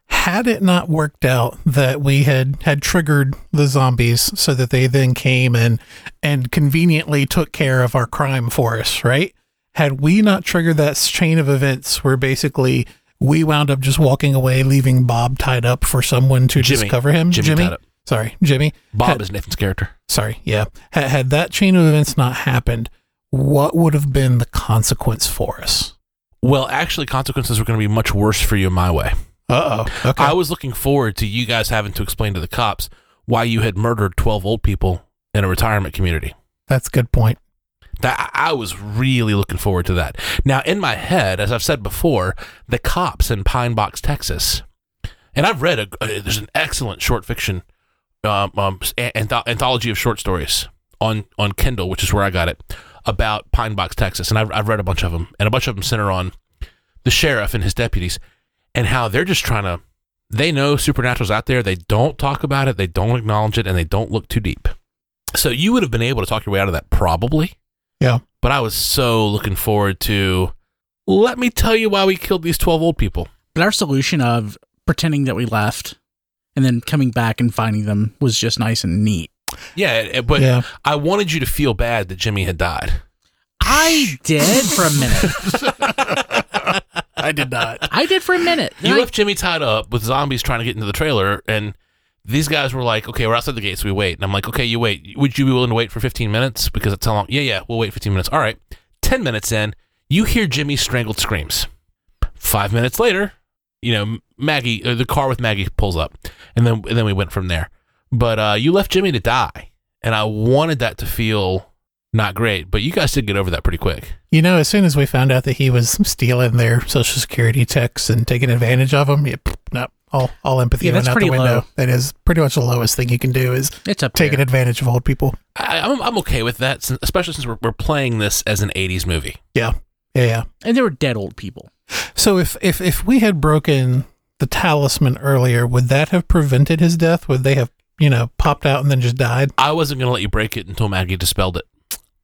[SPEAKER 3] Had it not worked out that we had had triggered the zombies so that they then came and and conveniently took care of our crime for us, right? Had we not triggered that s- chain of events where basically we wound up just walking away, leaving Bob tied up for someone to
[SPEAKER 1] Jimmy.
[SPEAKER 3] discover him.
[SPEAKER 1] Jimmy tied up.
[SPEAKER 3] Sorry, Jimmy.
[SPEAKER 1] Bob
[SPEAKER 3] Had-
[SPEAKER 1] is Nathan's character.
[SPEAKER 3] sorry, yeah. Had, had that chain of events not happened, what would have been the consequence for us?
[SPEAKER 1] Well, actually, consequences were going to be much worse for you in my way.
[SPEAKER 3] Uh oh. Okay.
[SPEAKER 1] I was looking forward to you guys having to explain to the cops why you had murdered 12 old people in a retirement community.
[SPEAKER 3] That's a good point.
[SPEAKER 1] That I I was really looking forward to that. Now, in my head, as I've said before, the cops in Pine Box, Texas, and I've read a, uh, there's an excellent short fiction um, um, s- an- anth- anthology of short stories on on Kindle, which is where I got it about Pine Box, Texas, and I've, I've read a bunch of them, and a bunch of them center on the sheriff and his deputies and how they're just trying to. They know supernatural's out there. They don't talk about it. They don't acknowledge it, and they don't look too deep. So you would have been able to talk your way out of that, probably
[SPEAKER 3] Yeah.
[SPEAKER 1] but I was so looking forward to let me tell you why we killed these 12 old people.
[SPEAKER 2] But our solution of pretending that we left and then coming back and finding them was just nice and neat.
[SPEAKER 1] Yeah, it- it- but
[SPEAKER 3] Yeah.
[SPEAKER 1] I wanted you to feel bad that Jimmy had died.
[SPEAKER 2] I did for a minute.
[SPEAKER 3] I did not.
[SPEAKER 2] I did for a minute.
[SPEAKER 1] You
[SPEAKER 2] And I-
[SPEAKER 1] left Jimmy tied up with zombies trying to get into the trailer, and these guys were like, okay, we're outside the gates, we wait. And I'm like, okay, you wait. Would you be willing to wait for 15 minutes? Because it's how long? Yeah, yeah, we'll wait 15 minutes. All right. 10 minutes in, you hear Jimmy's strangled screams. Five minutes later, you know, Maggie, uh, the car with Maggie pulls up, and then and then we went from there. But uh, you left Jimmy to die, and I wanted that to feel not great, but you guys did get over that pretty quick.
[SPEAKER 3] You know, as soon as we found out that he was stealing their social security checks and taking advantage of them, yeah, pff, no, all all empathy
[SPEAKER 2] Yeah,
[SPEAKER 3] went
[SPEAKER 2] that's
[SPEAKER 3] out the
[SPEAKER 2] pretty
[SPEAKER 3] window.
[SPEAKER 2] low.
[SPEAKER 3] That is pretty much the lowest thing you can do is
[SPEAKER 2] it's up
[SPEAKER 3] taking
[SPEAKER 2] there.
[SPEAKER 3] advantage of old people.
[SPEAKER 1] I, I'm, I'm okay with that, since, especially since we're, we're playing this as an 80s movie.
[SPEAKER 3] Yeah, yeah, yeah.
[SPEAKER 2] And they were dead old people.
[SPEAKER 3] So if if if we had broken the talisman earlier, would that have prevented his death? Would they have you know popped out and then just died?
[SPEAKER 1] I wasn't going to let you break it until Maggie dispelled it.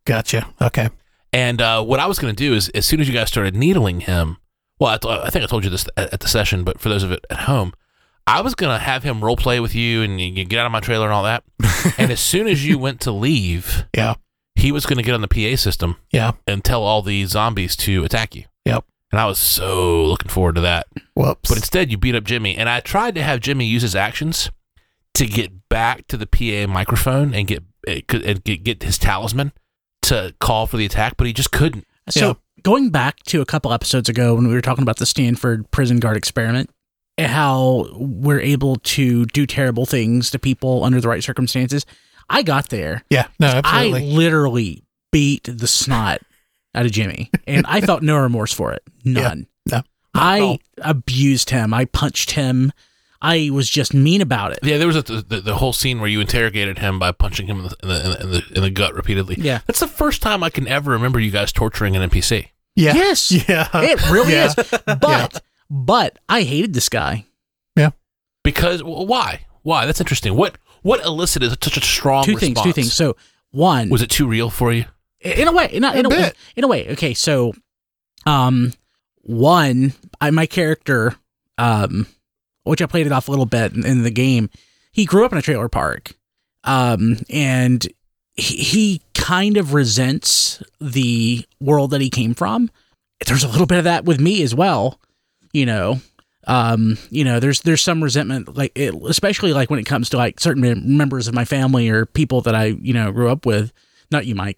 [SPEAKER 3] Gotcha. Okay.
[SPEAKER 1] And uh, what I was going to do is, as soon as you guys started needling him, well, I, th- I think I told you this at, at the session, but for those of it at home, I was going to have him role play with you and you, you get out of my trailer and all that. and as soon as you went to leave,
[SPEAKER 3] Yeah.
[SPEAKER 1] he was going to get on the PA system
[SPEAKER 3] Yeah.
[SPEAKER 1] and tell all the zombies to attack you.
[SPEAKER 3] Yep.
[SPEAKER 1] And I was so looking forward to that.
[SPEAKER 3] Whoops.
[SPEAKER 1] But instead, you beat up Jimmy. And I tried to have Jimmy use his actions to get back to the PA microphone and get eh, and get, get his talisman to call for the attack, but he just couldn't.
[SPEAKER 2] So
[SPEAKER 3] Yeah.
[SPEAKER 2] going back to a couple episodes ago when we were talking about the Stanford prison guard experiment, and how we're able to do terrible things to people under the right circumstances, I got there.
[SPEAKER 3] yeah. No.
[SPEAKER 2] I
[SPEAKER 3] Absolutely.
[SPEAKER 2] literally beat the snot out of Jimmy, and I felt no remorse for it. None.
[SPEAKER 3] no.
[SPEAKER 2] I
[SPEAKER 3] all.
[SPEAKER 2] abused him. I punched him. I was just mean about it.
[SPEAKER 1] Yeah, there was a, the, the whole scene where you interrogated him by punching him in the, in the, in the, in the gut repeatedly.
[SPEAKER 2] Yeah.
[SPEAKER 1] That's the first time I can ever remember you guys torturing an NPC.
[SPEAKER 3] yeah.
[SPEAKER 2] Yes.
[SPEAKER 3] Yeah.
[SPEAKER 2] It really
[SPEAKER 3] Yeah.
[SPEAKER 2] is. But but I hated this guy.
[SPEAKER 1] Because w- why? Why? That's interesting. What what elicited such a strong
[SPEAKER 2] two
[SPEAKER 1] response?
[SPEAKER 2] things. Two things. So one
[SPEAKER 1] Was it too real for you?
[SPEAKER 2] in a way, in a, in
[SPEAKER 3] A
[SPEAKER 2] a, way,
[SPEAKER 3] bit.
[SPEAKER 2] in a way. Okay, so, um, one, I, my character, um, which I played it off a little bit in, in the game, he grew up in a trailer park, um, and he, he kind of resents the world that he came from. There's a little bit of that with me as well, you know. Um, you know, there's there's some resentment, like it, especially like when it comes to like certain mem- members of my family or people that I you know grew up with. Not you, Mike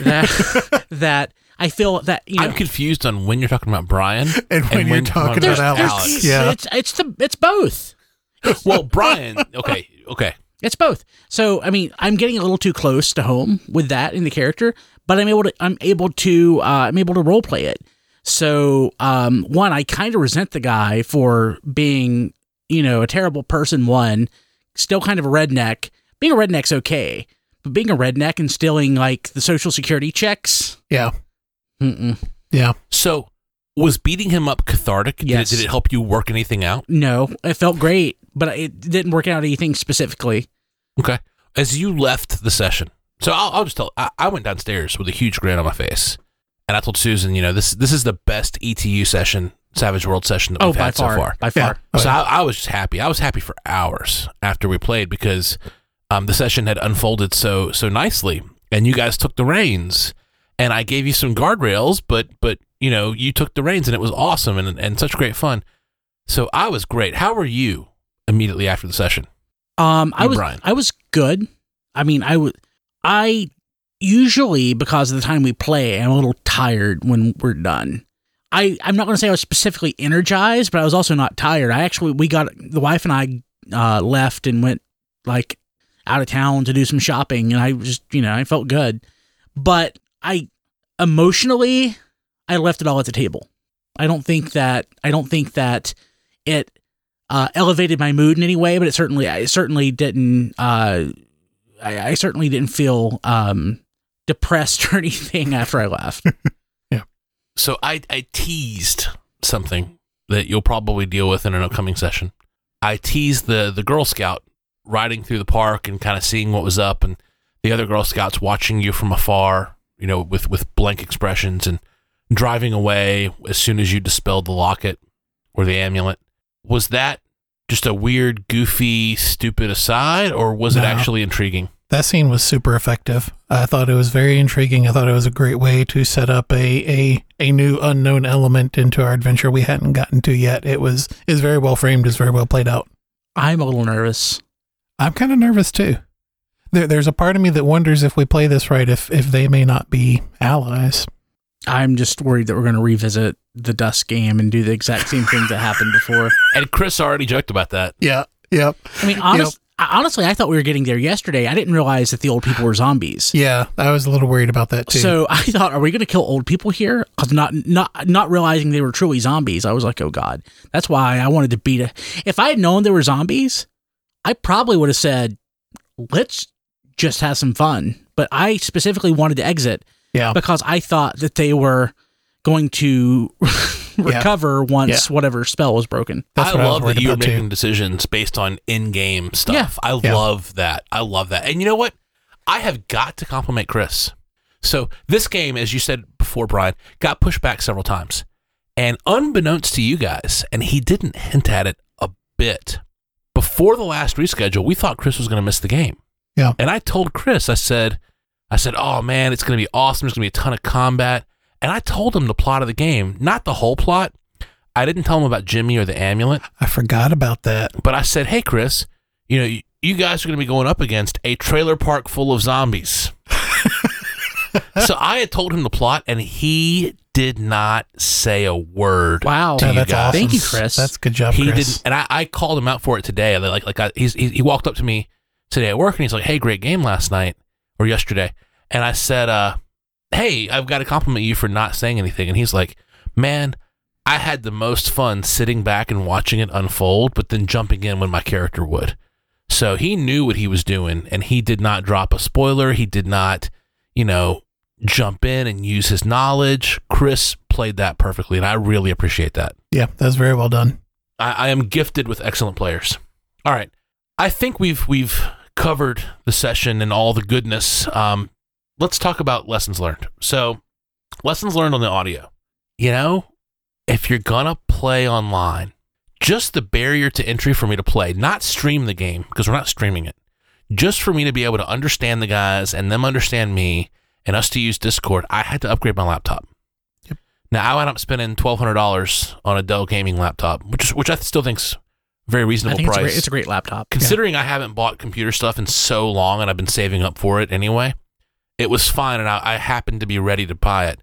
[SPEAKER 2] that that I feel that you know
[SPEAKER 1] I'm confused on when you're talking about Brian
[SPEAKER 3] And when you're talking
[SPEAKER 2] there's,
[SPEAKER 3] about
[SPEAKER 2] there's-
[SPEAKER 3] Alex.
[SPEAKER 2] it's-
[SPEAKER 3] Yeah.
[SPEAKER 2] it's it's the it's both.
[SPEAKER 1] well, Brian. Okay, okay.
[SPEAKER 2] It's both. So I mean, I'm getting a little too close to home
[SPEAKER 1] Mm.
[SPEAKER 2] with that in the character, but I'm able to I'm able to uh, I'm able to role play it. So um, one, I kind of resent the guy for being you know a terrible person. One, still kind of a redneck. Being a redneck's okay, but being a redneck and stealing like the social security checks.
[SPEAKER 3] Yeah.
[SPEAKER 2] Mm-mm.
[SPEAKER 3] Yeah.
[SPEAKER 1] So, was beating him up cathartic? Did it-
[SPEAKER 2] Yes.
[SPEAKER 1] Did, it help you work anything out?
[SPEAKER 2] No, it felt great, but it didn't work out anything specifically.
[SPEAKER 1] Okay. As you left the session, so I'll, I'll just tell. I, I went downstairs with a huge grin on my face, and I told Susan, you know, this this is the best ETU session, Savage World session that
[SPEAKER 2] Oh,
[SPEAKER 1] we've
[SPEAKER 2] by
[SPEAKER 1] had
[SPEAKER 2] far,
[SPEAKER 1] so far.
[SPEAKER 2] by
[SPEAKER 3] Yeah.
[SPEAKER 2] far.
[SPEAKER 3] Oh,
[SPEAKER 1] So
[SPEAKER 3] yeah.
[SPEAKER 1] I, I was just happy. I was happy for hours after we played because um, the session had unfolded so so nicely, and you guys took the reins, and I gave you some guardrails, but but you know you took the reins, and it was awesome and and such great fun. So I was great. How were you immediately after the session?
[SPEAKER 2] Um, I
[SPEAKER 1] You,
[SPEAKER 2] was
[SPEAKER 1] Brian.
[SPEAKER 2] I was good. I mean, I was I usually because of the time we play, I'm a little tired when we're done. I I'm not going to say I was specifically energized, but I was also not tired. I actually we got the wife and I uh, left and went like out of town to do some shopping, and I just you know I felt good, but I emotionally I left it all at the table. I don't think that I don't think that it uh, elevated my mood in any way, but it certainly I certainly didn't uh, I, I certainly didn't feel um, depressed or anything after I left.
[SPEAKER 1] So I, I teased something that you'll probably deal with in an upcoming session. I teased the, the Girl Scout riding through the park and kind of seeing what was up, and the other Girl Scouts watching you from afar, you know, with, with blank expressions and driving away as soon as you dispelled the locket or the amulet. Was that just a weird, goofy, stupid aside, or was it
[SPEAKER 3] No.
[SPEAKER 1] actually intriguing?
[SPEAKER 3] That scene was super effective. I thought it was very intriguing. I thought it was a great way to set up a a, a new unknown element into our adventure we hadn't gotten to yet. It was is very well framed, is very well played out.
[SPEAKER 2] I'm a little nervous.
[SPEAKER 3] I'm kind of nervous too. There, there's a part of me that wonders if we play this right, if if they may not be allies.
[SPEAKER 2] I'm just worried that we're going to revisit the dust game and do the exact same thing that happened before.
[SPEAKER 1] And Chris already joked about that.
[SPEAKER 3] Yeah. Yep.
[SPEAKER 2] I mean, honest, I- honestly, I thought we were getting there yesterday. I didn't realize that the old people were zombies.
[SPEAKER 3] Yeah. I was a little worried about that too.
[SPEAKER 2] So I thought, are we going to kill old people here? Because not not not realizing they were truly zombies, I was like, oh god. That's why I wanted to beat a. If I had known they were zombies, I probably would have said, let's just have some fun. But I specifically wanted to exit
[SPEAKER 1] Oh.
[SPEAKER 3] yeah.
[SPEAKER 2] because I thought that they were going to recover once whatever spell was broken.
[SPEAKER 3] That's
[SPEAKER 1] I
[SPEAKER 3] what I was
[SPEAKER 1] love
[SPEAKER 3] worried
[SPEAKER 1] that you're
[SPEAKER 3] about, too.
[SPEAKER 1] making decisions based on in-game stuff. I
[SPEAKER 3] Yeah.
[SPEAKER 1] love that. I love that. And you know what? I have got to compliment Chris. So this game, as you said before, Brian, got pushed back several times, and unbeknownst to you guys, and he didn't hint at it a bit. Before the last reschedule, we thought Chris was going to miss the game.
[SPEAKER 3] Yeah.
[SPEAKER 1] And I told Chris, I said, I said, oh man, it's going to be awesome. There's going to be a ton of combat. And I told him the plot of the game, not the whole plot. I didn't tell him about Jimmy or the amulet.
[SPEAKER 3] I forgot about that.
[SPEAKER 1] But I said, hey, Chris, you know, you, you guys are going to be going up against a trailer park full of zombies. so I had told him the plot, and he did not say a word.
[SPEAKER 2] Wow.
[SPEAKER 1] To
[SPEAKER 3] Yeah,
[SPEAKER 1] Oh, you
[SPEAKER 3] that's
[SPEAKER 1] guys.
[SPEAKER 3] awesome.
[SPEAKER 2] Thank you, Chris.
[SPEAKER 3] That's good job,
[SPEAKER 1] He
[SPEAKER 3] Chris.
[SPEAKER 1] didn't, and I, I called him out for it today. Like, like I, he's, he, he walked up to me today at work, and he's like, "Hey, great game last night or yesterday," and I said, uh, "Hey, I've got to compliment you for not saying anything," and he's like, "Man." I had the most fun sitting back and watching it unfold, but then jumping in when my character would. So he knew what he was doing and he did not drop a spoiler. He did not, you know, jump in and use his knowledge. Chris played that perfectly, and I really appreciate that.
[SPEAKER 3] Yeah, that was very well done.
[SPEAKER 1] I, I am gifted with excellent players. All right, I think we've we've covered the session and all the goodness. Um, let's talk about lessons learned. So, lessons learned on the audio. You know, if you're gonna play online, just the barrier to entry for me to play, not stream the game because we're not streaming it. Just for me to be able to understand the guys and them understand me and us to use Discord, I had to upgrade my laptop. Now I wound up spending twelve hundred dollars on a Dell gaming laptop, which is, which I still think's a very
[SPEAKER 2] I
[SPEAKER 1] reasonable
[SPEAKER 2] think it's a,
[SPEAKER 1] price.
[SPEAKER 2] great, it's a great laptop.
[SPEAKER 1] Considering I haven't bought computer stuff in so long and I've been saving up for it anyway, it was fine and I, I happened to be ready to buy it.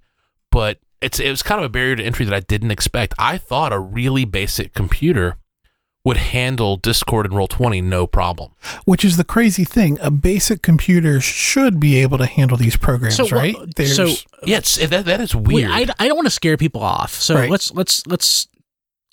[SPEAKER 1] But it's it was kind of a barrier to entry that I didn't expect. I thought a really basic computer would handle Discord and Roll Twenty no problem.
[SPEAKER 3] Which is the crazy thing. A basic computer should be able to handle these programs,
[SPEAKER 2] So,
[SPEAKER 3] right?
[SPEAKER 2] well, so
[SPEAKER 1] Yes, that that is
[SPEAKER 2] wait,
[SPEAKER 1] weird.
[SPEAKER 2] I, I don't want to scare people off. So
[SPEAKER 3] Right.
[SPEAKER 2] let's let's let's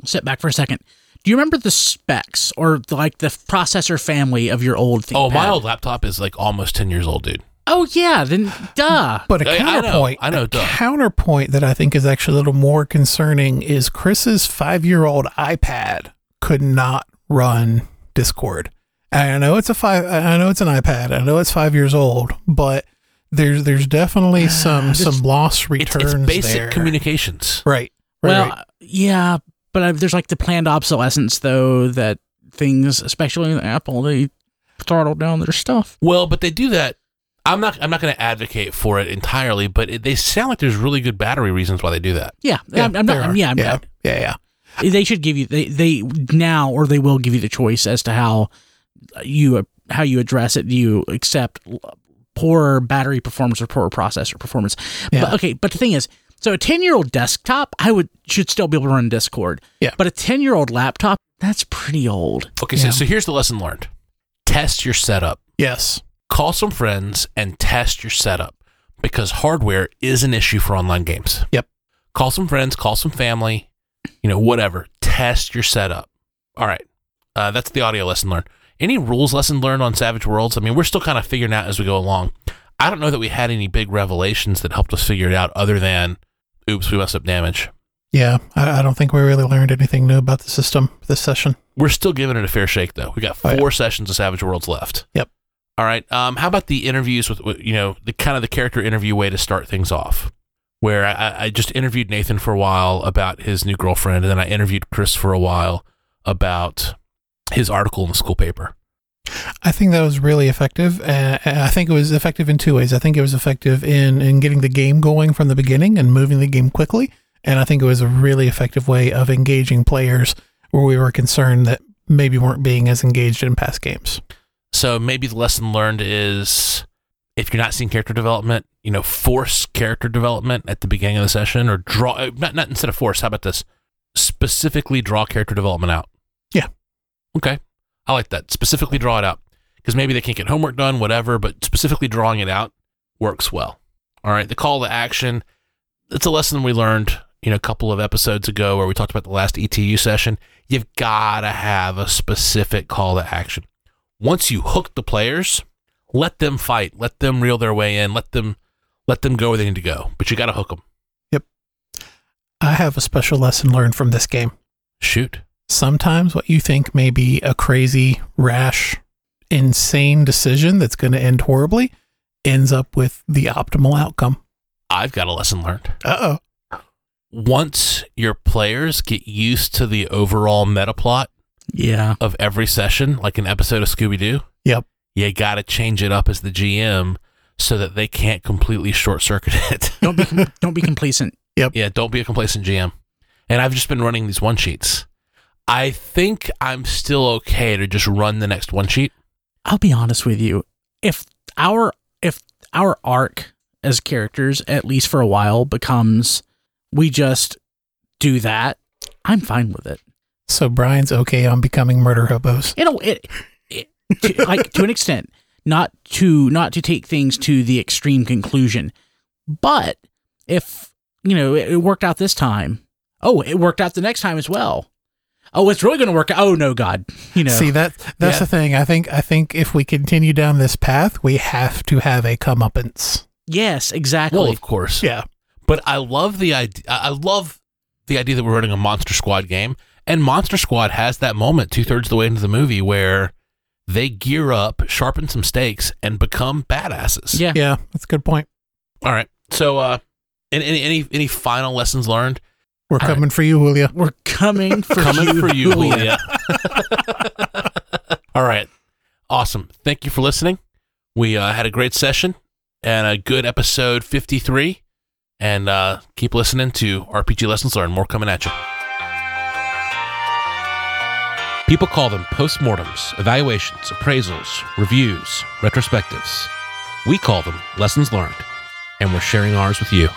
[SPEAKER 2] sit back for a second. Do you remember the specs or the, like the processor family of your old thing?
[SPEAKER 1] oh, my old laptop is like almost ten years old, dude.
[SPEAKER 2] Oh yeah, then duh.
[SPEAKER 3] But a
[SPEAKER 1] I- I know,
[SPEAKER 3] counterpoint,
[SPEAKER 1] I know,
[SPEAKER 3] a
[SPEAKER 1] duh.
[SPEAKER 3] counterpoint that I think is actually a little more concerning is Chris's five-year-old iPad could not run Discord. And I know it's a five. I know it's an iPad. I know it's five years old, but there's there's
[SPEAKER 2] Ah,
[SPEAKER 3] definitely some
[SPEAKER 2] Just-
[SPEAKER 3] some loss
[SPEAKER 1] It's,
[SPEAKER 3] returns
[SPEAKER 1] it's basic
[SPEAKER 3] there.
[SPEAKER 1] communications.
[SPEAKER 3] right. right,
[SPEAKER 2] well,
[SPEAKER 3] right.
[SPEAKER 2] yeah, but I, there's like the planned obsolescence though that things, especially in Apple, they throttle down their stuff.
[SPEAKER 1] Well, but they do that. I'm not. I'm not going to advocate for it entirely, but it, they sound like there's really good battery reasons why they do that.
[SPEAKER 2] Yeah, I'm, I'm
[SPEAKER 3] there
[SPEAKER 2] not.
[SPEAKER 3] are.
[SPEAKER 2] I'm, yeah, I'm
[SPEAKER 3] yeah,
[SPEAKER 2] not-
[SPEAKER 3] yeah, yeah.
[SPEAKER 2] They should give you they they now or they will give you the choice as to how you how you address it. Do you accept poorer battery performance or poorer processor performance?
[SPEAKER 3] Yeah.
[SPEAKER 2] But okay, but the thing is, so a ten year old desktop, I would should still be able to run Discord.
[SPEAKER 3] Yeah.
[SPEAKER 2] but a ten year old laptop, that's pretty old.
[SPEAKER 1] Okay,
[SPEAKER 3] Yeah.
[SPEAKER 1] so, so here's the lesson learned: test your setup.
[SPEAKER 3] Yes.
[SPEAKER 1] Call some friends and test your setup because hardware is an issue for online games.
[SPEAKER 3] Yep.
[SPEAKER 1] Call some friends, call some family, you know, whatever. Test your setup. All right. Uh, that's the audio lesson learned. Any rules lesson learned on Savage Worlds? I mean, we're still kind of figuring out as we go along. I don't know that we had any big revelations that helped us figure it out other than, oops, we messed up damage.
[SPEAKER 3] Yeah. I, I don't think we really learned anything new about the system this session.
[SPEAKER 1] We're still giving it a fair shake, though. We got
[SPEAKER 3] Oh,
[SPEAKER 1] four
[SPEAKER 3] yeah.
[SPEAKER 1] sessions of Savage Worlds left.
[SPEAKER 3] Yep.
[SPEAKER 1] All right. Um, how about the interviews with, with you know the kind of the character interview way to start things off, where I- I, I just interviewed Nathan for a while about his new girlfriend, and then I interviewed Chris for a while about his article in the school paper.
[SPEAKER 3] I think that was really effective. Uh, I think it was effective in two ways. I think it was effective in, in getting the game going from the beginning and moving the game quickly. And I think it was a really effective way of engaging players where we were concerned that maybe weren't being as engaged in past games.
[SPEAKER 1] So maybe the lesson learned is if you're not seeing character development, you know, force character development at the beginning of the session or draw uh, not not instead of force, how about this? Specifically draw character development out.
[SPEAKER 3] Yeah.
[SPEAKER 1] Okay. I like that. Specifically draw it out. Because maybe they can't get homework done, whatever, but specifically drawing it out works well. All right. The call to action. It's a lesson we learned, you know, a couple of episodes ago where we talked about the last ETU session. You've gotta have a specific call to action once you hook the players, let them fight, let them reel their way in, let them let them go where they need to go. But you got to hook them.
[SPEAKER 3] I have a special lesson learned from this game.
[SPEAKER 1] Shoot.
[SPEAKER 3] Sometimes what you think may be a crazy, rash, insane decision that's going to end horribly ends up with the optimal outcome.
[SPEAKER 1] I've got a lesson learned.
[SPEAKER 3] Uh oh.
[SPEAKER 1] Once your players get used to the overall meta plot
[SPEAKER 2] Yeah.
[SPEAKER 1] of every session, like an episode of Scooby Doo,
[SPEAKER 3] Yep.
[SPEAKER 1] you got to change it up as the GM so that they can't completely short circuit it.
[SPEAKER 2] Don't be don't be complacent.
[SPEAKER 1] Yeah, don't be a complacent GM. And I've just been running these one sheets. I think I'm still okay to just run the next one sheet.
[SPEAKER 2] I'll be honest with you. If our if our arc as characters, at least for a while, becomes we just do that, I'm fine with it.
[SPEAKER 3] So Brian's okay on becoming murder hobos.
[SPEAKER 2] You know, it, it to, like to an extent, not to not to take things to the extreme conclusion, but if you know it, it worked out this time, oh, it worked out the next time as well. Oh, it's really going to work. out. Oh no, God, you know.
[SPEAKER 3] See that that's
[SPEAKER 1] Yeah.
[SPEAKER 3] the thing. I think I think if we continue down this path, we have to have a comeuppance.
[SPEAKER 2] yes, exactly.
[SPEAKER 1] Well, of course.
[SPEAKER 3] Yeah.
[SPEAKER 1] But I love the idea. I I love the idea that we're running a Monster Squad game, and Monster Squad has that moment two thirds of the way into the movie where they gear up, sharpen some stakes, and become badasses.
[SPEAKER 2] yeah.
[SPEAKER 3] Yeah, that's a good point.
[SPEAKER 1] All right. So, uh, and any any any final lessons learned
[SPEAKER 3] We're
[SPEAKER 1] All right.
[SPEAKER 3] coming for you, Julia.
[SPEAKER 2] We're coming for
[SPEAKER 1] coming
[SPEAKER 2] you,
[SPEAKER 1] for you,
[SPEAKER 2] Julia.
[SPEAKER 1] Julia. All right. Awesome. Thank you for listening. We uh, had a great session and a good episode 53. And uh, keep listening to RPG Lessons Learned. More coming at you. People call them postmortems, evaluations, appraisals, reviews, retrospectives. We call them lessons learned, and we're sharing ours with you.